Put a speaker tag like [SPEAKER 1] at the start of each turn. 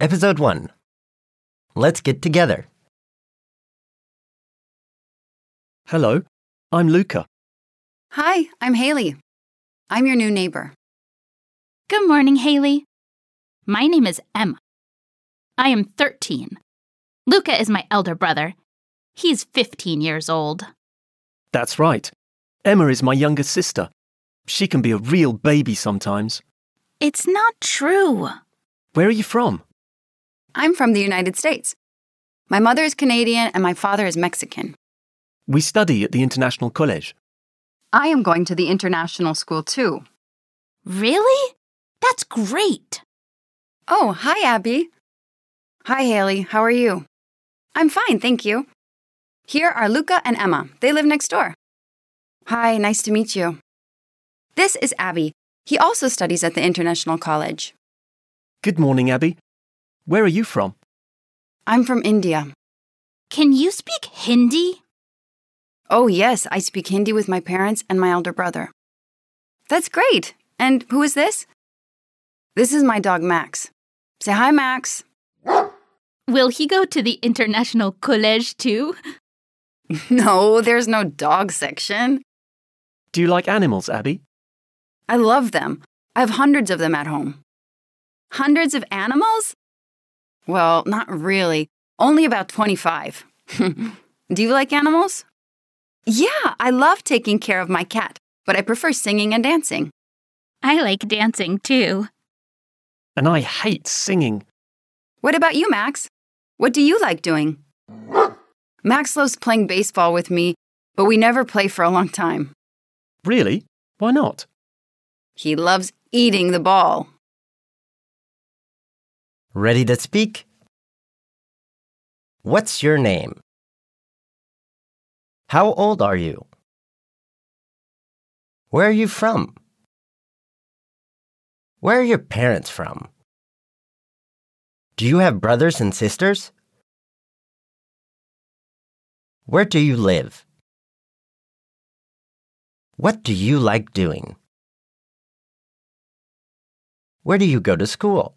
[SPEAKER 1] Episode 1 Let's Get Together.
[SPEAKER 2] Hello, I'm Luca.
[SPEAKER 3] Hi, I'm Haley. I'm your new neighbor.
[SPEAKER 4] Good morning, Haley. My name is Emma. I am 13. Luca is my elder brother. He's 15 years old.
[SPEAKER 2] That's right. Emma is my younger sister. She can be a real baby sometimes.
[SPEAKER 4] It's not true.
[SPEAKER 2] Where are you from?
[SPEAKER 3] I'm from the United States. My mother is Canadian and my father is Mexican.
[SPEAKER 2] We study at the International College.
[SPEAKER 3] I am going to the international school too.
[SPEAKER 4] Really? That's great.
[SPEAKER 3] Oh, hi, Abby. Hi, Haley. How are you? I'm fine, thank you. Here are Luca and Emma. They live next door. Hi, nice to meet you. This is Abby. He also studies at the International College.
[SPEAKER 2] Good morning, Abby. Where are you from?
[SPEAKER 3] I'm from India.
[SPEAKER 4] Can you speak Hindi?
[SPEAKER 3] Oh, yes, I speak Hindi with my parents and my elder brother. That's great. And who is this? This is my dog, Max. Say hi, Max.
[SPEAKER 4] Will he go to the international college too?
[SPEAKER 3] No, there's no dog section.
[SPEAKER 2] Do you like animals, Abby?
[SPEAKER 3] I love them. I have hundreds of them at home. Hundreds of animals? Well, not really. Only about 25. Do you like animals? Yeah, I love taking care of my cat, but I prefer singing and dancing.
[SPEAKER 4] I like dancing too.
[SPEAKER 2] And I hate singing.
[SPEAKER 3] What about you, Max? What do you like doing? Max loves playing baseball with me, but we never play for a long time.
[SPEAKER 2] Really? Why not?
[SPEAKER 3] He loves eating the ball.
[SPEAKER 1] Ready to speak? What's your name? How old are you? Where are you from? Where are your parents from? Do you have brothers and sisters? Where do you live? What do you like doing? Where do you go to school?